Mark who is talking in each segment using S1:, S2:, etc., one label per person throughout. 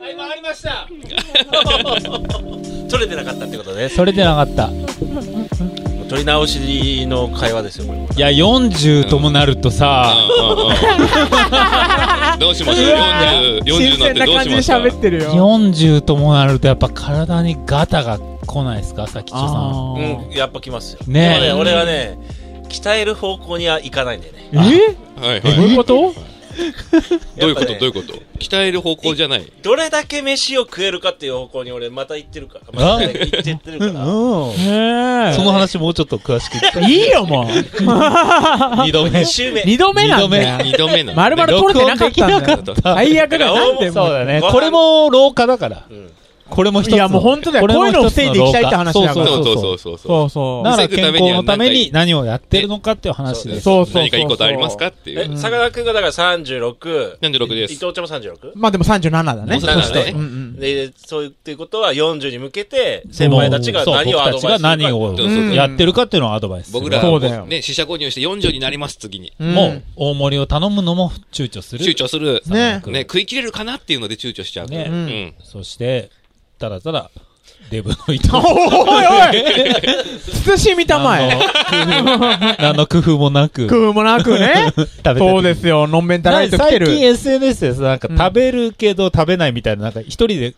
S1: はい、回りました。
S2: 取れてなかったってことね。
S3: それでなかった。
S2: もう取り直しの会話ですよ、これ。
S3: いや、40ともなるとさ、
S4: どうしました40 40にな
S5: 新
S4: っ
S5: 鮮
S4: て
S5: な
S4: どう
S5: 感
S4: し
S5: じで
S4: ました
S5: 喋ってるよ。
S3: 40ともなるとやっぱ体にガタが来ないですか、さきちさ
S5: あー
S2: うん、やっぱ来ますよ。
S3: ねえ
S2: でもね、俺はね、鍛える方向には行かないんだよね。
S5: え
S4: はい
S3: ん。
S4: はい
S3: どういうこと
S4: どういうことどう
S2: や
S4: い
S2: っ
S4: うこと鍛える方向じゃない
S2: ぱねどれだけ飯を食えるかっていう方向に俺また行ってるから。
S3: あ
S2: また行ってってるから。
S3: そ
S5: ねえ
S3: の話もうちょっと詳しく聞
S5: いいよ、もう。
S3: 二 度目
S2: 2。週目。
S5: 二度目なんだよ。
S4: 二度目なの
S5: まるまる取れてなかったんだよ。最悪だよ。なんでも
S3: そうだね。これも老化だから。
S2: うん
S3: これも一つ
S5: いやもう本当だよ
S3: これも一つ
S5: こういうのを防いでいきたいって話だから
S3: そうそ
S4: そうそうう
S3: そ。
S4: そううそうそ
S5: そうそうう。
S3: だ
S5: な
S3: から健康のために何をやってるのかっていう話です。
S5: そう
S4: う
S5: そうそう。
S4: 何かいいことありますかってい
S2: え、
S4: う
S2: さかなクンがだから36。
S4: 46で
S2: 伊
S4: す
S2: 藤ちゃんも 36?
S5: まあでも37だね。
S2: そうですね
S5: うんうん。
S2: で、そういうっていうことは40に向けて、
S3: そう
S2: 先輩たちが何をアドバイスするか。
S3: そう僕たちが 何を
S4: そうそうそう
S3: やってるかっていうのをアドバイスする。
S4: 僕ら
S5: そうだよ
S4: ね試写購入して40になります次に
S5: うん
S3: もう、大盛りを頼むのも躊躇する。
S4: 躊躇する
S5: ね
S4: ね食い切れるかなっていうので躊躇しちゃう
S3: ね
S5: う。
S4: うんん
S3: そして、ただただ、デブの 糸。
S5: おいおい慎みた まえ。
S3: 何の工夫もなく。
S5: 工夫もなくね。
S3: 食べ
S5: そう
S3: て
S5: ですよ、のんべんたら
S3: なん
S5: いと
S3: か
S5: 来
S3: 最
S5: て
S3: 近
S5: る。
S3: SNS でさ、なんか
S5: うん
S3: 食べるけど食べないみたいな、なんか一人で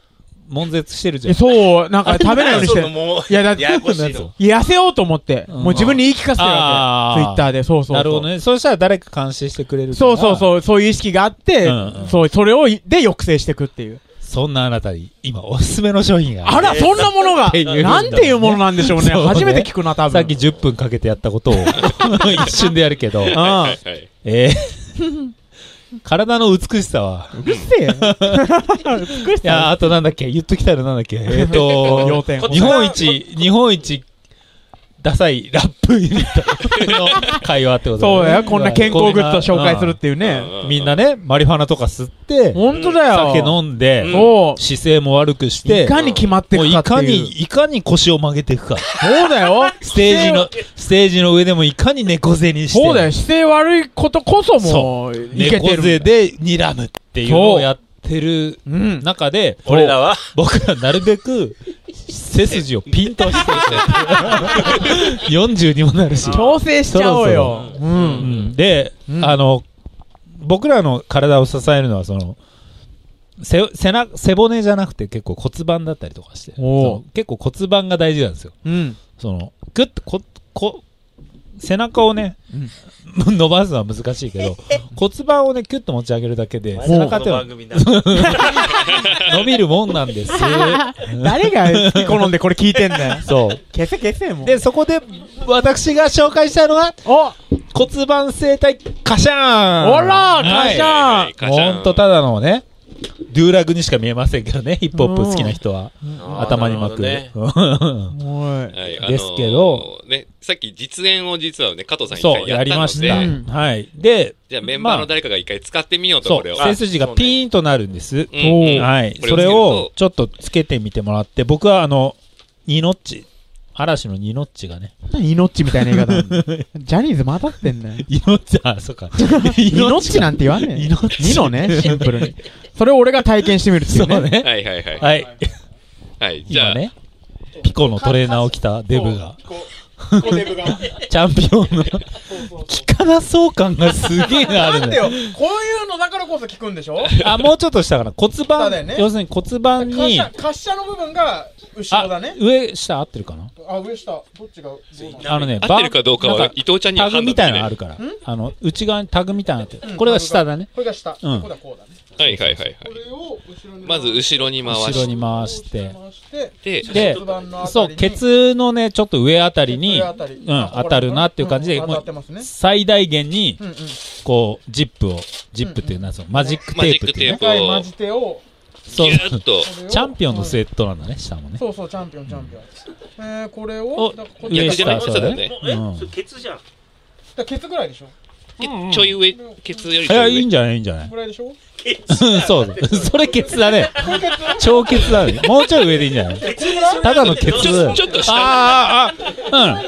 S3: 悶絶してるじゃ
S5: え
S3: ん。
S5: そう、なんか食べないようにして
S2: そ
S5: る
S2: の。もう
S5: いや、だって、
S2: ややこしいの。
S5: 痩せようと思って、
S3: うん
S5: もう自分に言い聞かせてるわけ。
S3: あー
S5: ツイッターで、そうそうそう。
S3: なるほどね。そうしたら誰か監視してくれる
S5: そうそう
S3: う。
S5: そう、そういう意識があって、
S3: うんうん
S5: そう、それをい、で抑制していくっていう。
S3: そんなあなたに、今おすすめの商品が
S5: あ
S3: ある。
S5: ら、そんなものが
S3: ってい、う
S5: なんていうものなんでしょうね。
S3: そうね
S5: 初めて聞くな、多分。
S3: さっき10分かけてやった ことを、一瞬でやるけど。
S5: うん。
S4: は
S5: う
S4: いはい
S3: えー、 体の美しさは。
S5: るせえ。 美し
S3: いや、
S5: さ。
S3: あとなんだっけ言っときたいのなんだっけえ っ、ー、と
S5: 要、点。
S3: 日本一、日本一、ダサいラップユニットの会話ってこと
S5: そうだよ、こんな健康グッ
S3: と
S5: ズを紹介するっ。ていうね。
S3: うんみんなね、マリファナとか吸って、
S5: ほんとだよ。
S3: 酒飲ん
S2: う
S3: で、
S5: そ
S3: 姿勢も悪くし
S5: う。い
S3: て、
S5: かに決まって
S3: もう
S5: く
S3: い
S5: かって
S3: か
S5: いう。
S3: に、いかに腰を曲げていくか。
S5: そうだよ。
S3: ステージの、ステージの上でもいかに猫背にして。
S5: そうだよ、姿勢悪いことこそもう、いけて
S3: 猫
S5: る。
S3: 背で睨むっていうのをやってる
S5: うん。
S3: 中で、
S2: 俺らは、
S3: 僕らなるべく背筋をピンとして、40にもなるし。
S5: 調整しちゃおうよ。
S3: そろ
S5: う。
S3: うんんで、
S5: うん
S3: あの、僕らの体を支えるのは、その、背背な背骨じゃなくて結構骨盤だったりとかして、そ
S5: おう
S3: の結構骨盤が大事なんですよ。
S5: うん。
S3: その、ぐっとこ、こ、背中をね、伸ばすのは難しい けど、骨盤をね、キュッと持ち上げるだけで、背中っ
S2: こ
S3: て
S2: の
S3: のは
S2: 番組なの
S3: 伸びるもんなんです。
S5: 誰が好き好んでこれ聞いてんだよ。
S3: そう。
S5: 消せ消せもう。
S3: で、そこで、私が紹介したいのは、
S5: お
S3: 骨盤整体、カシャーン
S5: お
S3: は
S5: ら
S3: い
S5: カシャン
S4: カシャン
S3: ほんとただのね、デューラグにしか見えませんけどね、ヒップホップ好きな人は。頭に巻く。
S2: なるほ
S3: うん
S5: おい。
S4: はいあのー
S3: ですけど
S4: ねさっき実演を実はね加藤さん一
S3: そ
S4: 回
S3: う、や
S4: やっ
S3: り
S4: た
S3: ま
S4: の
S3: し
S4: で
S3: た。
S5: うん
S3: はい。で、
S4: じゃあメンバー
S3: まあ
S4: の誰かが一回使ってみようと
S3: そ
S4: これ
S3: う、
S4: を
S3: 背筋がピーンとなるんです。
S4: うんうん
S3: はい。
S4: これ
S3: そ
S4: をつけると
S3: れを、ちょっとつけてみてもらって、僕はあの、ニノッチ、嵐のニノッチがね、
S5: 何イノッチみたいな言い方。ジャニーズ混ざってんね。
S3: イノッチ、あ、そう か。イ
S5: イノッチなんて言わねえ。
S3: イノッチ
S5: ニのね、シンプルに。それを俺が体験してみるってい
S3: そうう
S5: ね。
S3: ね。
S4: はいはいはい
S3: はい。
S4: はいじゃ
S3: 今
S4: あ
S3: ね、ピコのトレーナーを着たデブが、
S1: こう。こうデブが。
S3: チャンピオンの、聞かなそう感がすげえあるんだよ。
S5: こういうのだからこそ聞くんでしょ
S3: あ、もうちょっと下かな。骨
S5: そうだよ
S3: 盤、
S5: ね
S3: 要するに骨盤に、
S5: 滑車の部分が後
S3: あ。、上、下合ってるかな
S1: あ、上下、どっちが上下
S3: あのね、
S4: 合ってるかどうか
S3: な
S4: は
S3: ん
S4: 伊藤ちゃんには
S3: タグ
S4: 判断
S3: み
S4: でき
S3: たい
S4: な
S3: ないのあ
S4: は
S3: るから。あの、内側にタグみたいなのあって、これが下だね。
S1: これが下。
S3: うん
S1: こうだ、こうだね。
S4: いはいはいはい
S1: これを後ろに。
S4: まず後ろに回
S3: 後ろに
S4: し
S3: 回して。
S1: 回して、
S4: て
S3: で
S1: 骨盤のあたりに
S3: そう、ケツのね、ちょっと上あたりに、
S1: 上
S3: う
S1: あ
S3: ん、
S1: たり
S3: 当たるなっていう感じで、
S1: うん
S3: も
S1: 当たってます
S3: う、
S1: ね
S3: 最大限に
S1: う、んうん。
S3: こう、ジップを、ジップっていうのはそのマジックテープっていうね
S4: マジックテープ。
S1: 長いマジ手を、
S4: ギ
S3: そう
S4: ュ、ーッと
S1: これを
S3: チャンピオンのスウェットなんだね、下もね。
S1: そうそう、チャンピオン、チャンピオン。えー、これ
S3: お
S1: を、だからこっち
S3: 上
S1: だか
S3: 下、
S1: ら
S4: 逆
S3: そ
S4: そうう
S3: だ
S4: だ
S3: ね
S4: ね。
S3: うん
S2: ケツじゃん。
S1: らケツぐらいでしょ
S4: ちょい上ケツより
S3: い
S4: ち
S3: や、
S4: ょい
S3: いい
S4: 上
S3: んじゃない、いいんじゃない。
S1: ぐらいでしょ
S3: うん、そう。 それケツだね。超ケツだね。もうちょい上でいいんじゃないただのケツ
S4: ちょちょっと下
S3: ああ、ああ、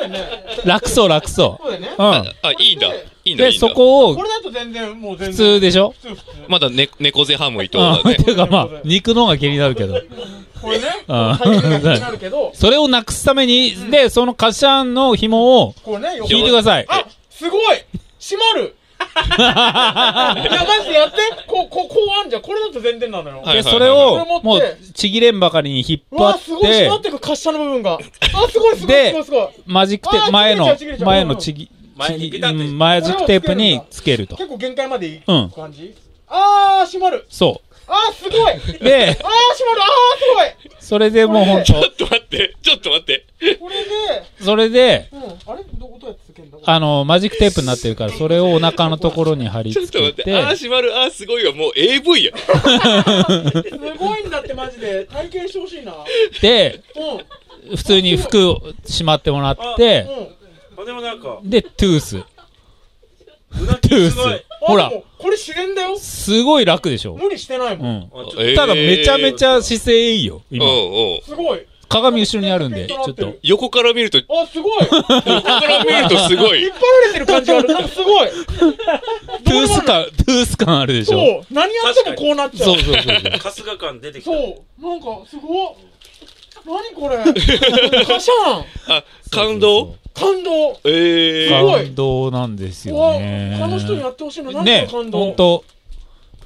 S3: うん。楽そう、楽そ
S1: そうだよね
S3: う。。う
S4: あ、いいんだ。いい
S3: ん。
S4: んだ、い
S3: で、
S4: いんだ
S3: そ。こ
S1: こ
S3: を
S1: れだと全然もう全
S3: 普
S1: 然。
S3: 通でしょ
S1: 普通普通。
S4: まだ、ね、猫背ハム伊藤
S3: うん。
S4: だ
S3: っ
S4: ね。
S3: ていうかまあ、肉の方が気になるけど。
S1: これね、
S3: あ
S1: 体重が気になるけど、
S3: それをなくすために、で、そのカシャンの紐を
S1: これ ね、
S3: 引いてください。
S1: あ、すごい閉ま るいや、マジでやって。こう、こう、こうあんじゃん。これだと全然なのよ。
S4: はい
S3: で、それを
S1: これ、持
S3: も
S1: っ
S3: う
S1: て、
S3: ちぎれんばかりに引っ
S1: う
S3: 張
S1: わ、す
S3: っ
S1: ごい
S3: て
S1: 閉ま、ってく、滑車の部分が。あ、すごい、すごい、
S3: です
S1: ごい、すごい。
S3: マジックテー
S1: あー
S3: プ、前の
S1: ちぎれちゃうちぎれちゃ、う
S3: 前のちぎ、
S2: 前に
S3: ち
S2: ピ
S3: ぎ
S2: タッと
S3: うん前ジックテープにつけると。
S1: 結構限界までいい
S3: うん
S1: 感じあー、閉まる。
S3: そ
S1: あー、すごい。あー、
S3: う。で、
S1: 閉 まる。あー、す
S3: それでもうほん
S4: ちょ
S3: と、
S4: っと待って、ちょっと待って。
S1: ごい。これで、
S3: それで、
S1: うん。あれど、どうやってつけんだこれ
S3: あの、マジックテープになってる から、それをお腹のところに貼り
S4: ちょ
S3: 付
S4: っと待
S3: け
S4: って。あー、
S3: て、
S4: 閉まる、あー、すごいわ。もう AV や。
S1: すごいんだって、マジで。体験してほしいな。
S3: で、
S1: うん。
S3: 普通に服をしまってもらって、
S1: うん。
S6: あ、でもなんか、
S3: で、トゥース。
S6: うな
S3: トゥー
S6: ぎ
S3: ス
S6: すごい。。
S3: ほら
S1: あで、もこれ自然だよ。
S3: すごい楽でしょ。
S1: 無理してないうもん。
S3: ん。
S6: あちょっと
S4: えー
S3: ただ、めちゃめちゃ姿勢いいよ、
S4: おう
S3: 今。
S4: おう
S1: すごい。
S3: 鏡後ろにあるんで、ちょっと。
S4: 横から見ると、
S1: あ、すごい。
S4: 横から見るとすご
S1: 引
S4: い
S1: っ。張られてる感じある。なんかすごい。
S3: トゥース感、トゥース感あるでしょ。
S1: そう。何やってもこうなっちゃ
S3: そうう。そうそうそう。
S6: 春日感出てきた。
S1: そう。なんか、すごい。何これ。 カシャン。
S4: あ、感動
S1: 感動。
S4: えー。
S1: すごい
S3: 感動なんですよ
S1: うわ、
S3: ね。
S1: 他の人にやってほしいの。何
S3: ね
S1: の
S3: ほ
S1: 感
S3: ん
S1: 動。
S3: と、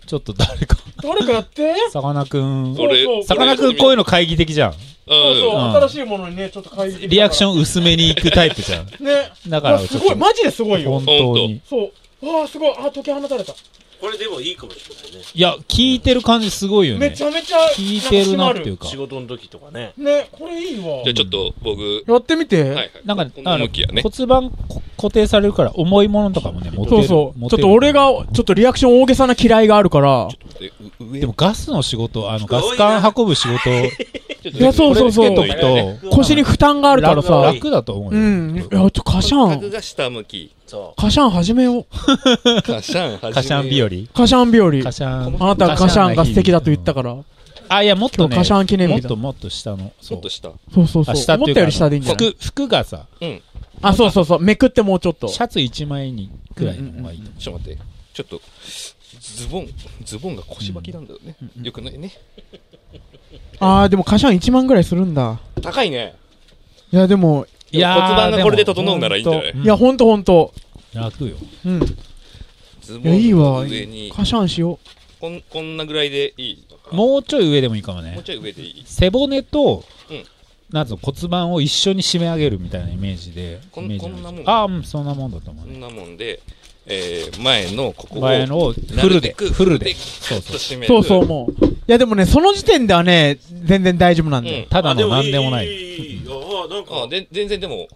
S3: ちょっと誰か、
S1: 誰かやって。
S3: さかなクン。
S4: 俺
S1: そうそう
S3: さかなクンこういうの懐疑的じゃん。
S1: そうそう。
S4: うん。
S3: うん
S1: 新しいものにね、ちょっと会議。
S3: リアクシ
S1: ン。
S3: ョン薄めに行くタイプじゃん。
S1: ね。
S3: だ
S1: う
S3: から
S1: わ
S3: ち
S1: す
S3: ょっと、
S1: ごい。マジですごいよ。
S3: 本当に。
S1: そう。わあ、すごい。あ、解き放たれた。
S6: これでもいいかもしれないね。
S3: いや、聞いてる感じすごいよ
S1: め
S3: ね
S1: ち。ゃめちゃ。
S3: 聞いてるなってい
S1: ん
S3: う
S1: か
S3: か
S6: 仕。事の時とかね。
S1: 締まる。ね、これいいわ
S4: じゃあ。ちょっと僕、
S1: やってみて。
S4: はいはい。
S3: なんか、
S4: こ
S3: あ
S4: の
S3: の
S4: 向きやね。
S3: 骨盤こ固定されるから、重いものとかもね、持て
S1: そ
S3: る。
S1: うそう。
S3: 持
S1: ちょ
S3: て
S1: っ
S3: る
S1: と俺が、ちょっとリアクション大げさな嫌いがあるから。
S4: でう上
S3: でもガスの仕事、あ
S6: す
S3: の、
S6: ごいな
S3: ガス管運ぶ仕事、
S1: いや、そうそうそう
S4: こ。れつけといてね
S1: 腰に負担があるから
S3: 楽
S1: さ。
S3: 楽だと思う
S1: う
S3: よ。
S1: ん。いや、ちょ、カシャ
S4: 角
S1: ン。
S4: が下向き。
S6: そ
S1: カシャン始めよう。
S4: カシャン、
S3: カシャン日和。
S1: カシャン日
S3: カ
S1: 和。
S3: シャン。
S1: あなたはカシャンが素敵だと言ったから。
S3: ら。あ、いや、もっとね、
S1: カシャン記念
S3: も
S1: 日
S3: っ
S1: だ
S3: と。もっと下の。
S4: ち
S3: そ
S4: ょ
S3: う
S4: っと下。
S1: そうそう
S3: あ
S1: そう。
S3: 下って
S1: 思
S3: い
S1: っ
S3: うか
S1: たより下でいいんじゃない
S3: 服、服がさ、
S1: あ、そうそうそう。めくってもうちょっと。
S3: シャツ1枚にくらいの方がいいと
S4: ちょっと待って。ちょっと、ズボン、ズボンが腰ばきなんだよね。よくないね。
S5: あー、でもカシャン1万ぐらいするんだ。
S4: 高いね。
S5: いや、でも、
S3: いやー
S4: 骨盤がこれで整うならいいんじゃない
S3: でも
S5: いや、ほんとほんと。
S3: 楽よ。
S5: うん。
S4: ズ
S5: い
S4: ボ
S5: や、いい
S4: ンの
S5: わ。
S4: 上に、
S5: カシャンしよ
S4: こん、こんなぐらいでいい。
S3: もうちょい上でもいいかも
S4: もう
S3: ね。
S4: ちょい上でいい。
S3: 背骨と
S4: うん、
S3: なんつうの骨盤を一緒に締め上げるみたいなイメージで。
S4: こん
S3: イメージ
S4: こんなもん
S3: ああ、うんそんなもんだと思
S4: こ。
S3: うん
S4: なもんで、えー、前のここを、
S3: 前のをフルで、フルで。そう
S4: ちょっ
S3: そ
S4: と
S3: う。
S4: 締める。
S5: う。そうそう、もう。いや、でもね、その時点ではね、全然大丈夫なん
S4: う
S5: で。
S4: ん。
S3: た
S6: う。
S3: だの何でもない。
S6: いい。あ、なん
S4: あ、
S6: か、
S4: で、全然でも、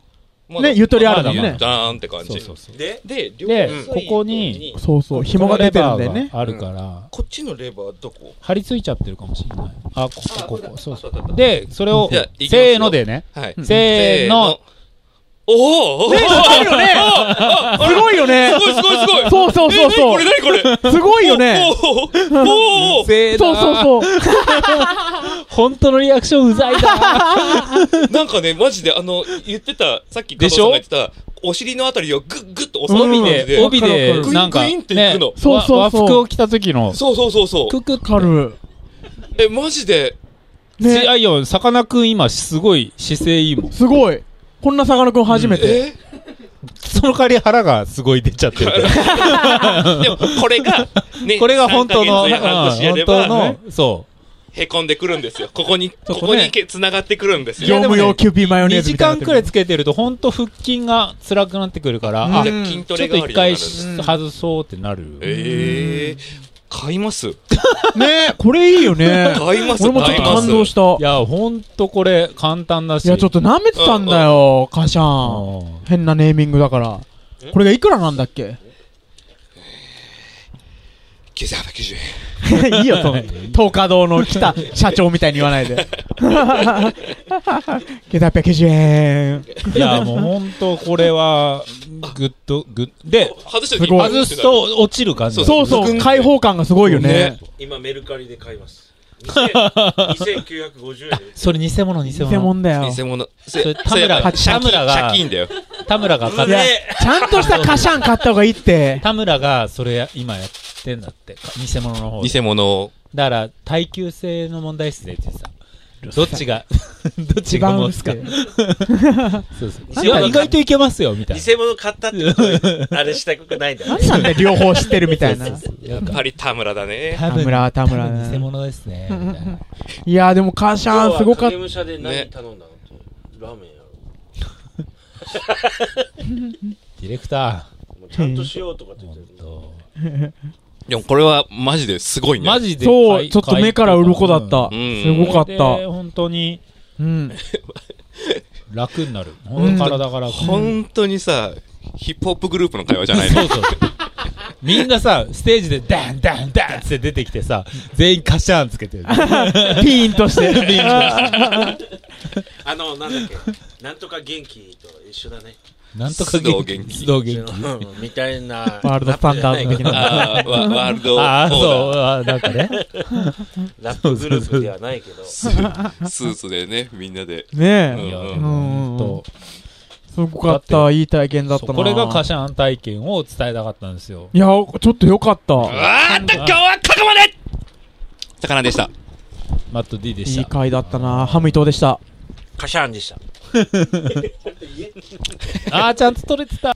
S4: ま
S5: ねゆとりあるもんね
S4: まダーンって感じ。
S3: そうそうそう。
S6: で、
S4: で、両
S3: で
S4: うん
S3: ここに
S5: そうそう、紐が出てるんだよね
S3: レ。バーがあるから、
S4: こっちのレバーどこ
S3: 張り付いちゃってるかもしれない。あ、ここ、ここ、そうそ
S4: あそうだそう
S3: う。
S4: だ
S3: で、それを
S4: じゃあ行き、ますよ
S3: せーのでね。
S4: はい。
S3: せーの。。
S4: おおす
S5: すごいよね
S4: ごいすごいすごい
S5: そうそうそ
S4: え
S5: うそう。
S4: 何これ何これ
S5: すごいよね
S4: おおおお
S3: せ
S5: そうそうそう。
S3: 本当のリアクションうざいな。
S4: なんかね、マジであの、言ってた、さっき加
S3: で
S4: 藤
S3: し
S4: さん
S3: ょ
S4: が言ってた、お尻のあたりをグッグッと押さえる
S3: 帯
S4: 感じ
S3: で、帯で
S4: で。
S5: わかるわ、か
S4: る
S3: なんか、
S4: グイングインって行くの
S3: ね
S5: そうそう
S3: わ
S5: そう
S3: 和服を着た時の、
S4: そうそうそうそう。
S3: クク
S5: カル。
S4: え、マジで、
S3: い
S5: ね、
S3: やいや、さかなクン今、すごい姿勢いいもん。
S5: すごい。こんなさかなクン初めて。
S4: え
S3: その代わり腹がすごい出ちゃってる。
S4: でも、これが、ね、
S3: これが本当の、う
S4: 3
S3: ん
S4: ヶ月や半年やれ
S3: 本当
S4: ば
S3: の、そ
S4: へこんでくるんですよ。ここに、
S3: そ
S4: こ
S3: う
S4: こにけ繋がってくるんです
S3: いや
S4: よ。
S5: 業
S3: でも
S5: 務
S3: ね
S5: 用キューピーマ
S3: う。
S5: ヨ
S3: 2
S5: ネーズ
S3: 時
S5: みたい
S3: 間
S5: になってる。
S3: くらいつけてると、本当腹筋が辛くなってくるから、あ、
S4: じ
S3: ち
S4: ゃあ筋ト
S3: ょ
S4: レ
S3: っと
S4: 代
S3: 一回
S4: わりになるんです
S3: し外そうってなる。
S4: ええ買います
S5: ねこれいい よね。
S4: 買います
S5: 俺もちょっと感動した。
S3: いや、ほんとこれ、簡単だし。
S5: いや、ちょっと舐めてたんだよ、カシャン。
S3: うん
S5: 変なネーミングだから。これがいくらなんだっけ
S4: 9890円。
S5: いいよ、トン。東華堂の来た社長みたいに言わない で。けど890円。
S3: いや、もうほんとこれは、ぐっと、ぐっ、で、
S4: 外し
S5: す
S4: と
S5: ごい
S3: 外すと落ちる感じ。
S5: そうそう、開放感がすごいよね。
S6: 今メルカリで買います。2000 2950円で売ってる。
S3: それ偽物、偽物。
S5: 偽物だよ。
S4: 偽物。そ
S3: それ田村
S4: やっぱ
S3: 田村が
S4: 借金借金だよ。
S3: 田村が買っ
S5: いや
S2: ねえ
S5: ちゃんとしたカシャン買った方がいいって。
S3: 田村がそれや今やってんだってか偽物の方で
S4: 偽物を
S3: だから耐久性の問題っすねってさどっちが どっち
S5: 一
S3: が
S5: 番
S3: 持
S5: 薄
S3: つか
S5: くて。
S3: そうそう
S2: なんか
S3: いや意外といけますよみたいな
S2: 偽物買ったってことはあれしたくないんだ
S5: なんなんだよ、両方知ってるみた いな。
S3: いや
S4: やっぱり田村だね
S3: 多
S5: 田
S3: 分
S5: 村は田
S3: 多
S5: 村
S3: 分偽
S5: ね。
S3: 物ですねみたいない
S5: や、でもカシャンすごかっ
S6: 今日は影武者で
S4: ね
S6: 何頼んだのとラーメンや
S3: ディレクタ
S6: ろもうちゃんとしようとかって
S3: ー
S6: 言っ
S3: 本
S6: てる
S3: 当
S4: でもこれはマジですごいね
S3: マ
S4: ジ
S3: ジ
S5: た。
S3: で
S5: そ
S3: 買
S5: う、
S3: い
S5: ちょっと目から鱗だった。
S4: うん
S5: すごかった
S3: で。本当に
S5: うん。
S3: 楽になる本当体が楽
S4: 本当にさヒップホップグループの会話じゃないの
S3: そうそう。みんなさ、ステージでダンダンダンって出てきてさ、全員カシャーンつけてる。
S5: ピーン として。
S6: あのなんだっけなんとか元気と一緒だね
S3: なんとか
S4: 須藤元気
S3: 須藤元気。
S6: うんみたいな
S5: ワールドスタンダード的な。
S4: あーわワールドオ
S3: ああ、
S4: ー
S3: そう、あーなんかね。
S6: ラップグループではないけど
S4: ダースーツでねみんなでう
S5: ね
S4: ん
S5: え。
S3: うん
S5: うんうん
S3: と
S5: すごかった。いい体験だった
S3: そう
S5: な。
S3: これがカシャーン体験を伝えたかったんですよ。
S5: いや、ちょっとよかった。
S4: あーっと今日はここまで魚でした
S3: マット D で
S5: い
S3: し
S5: い
S3: た。
S5: 回だったな。ハム伊藤でした。
S6: カシャンでした
S3: ああ、ちゃんと撮れてた。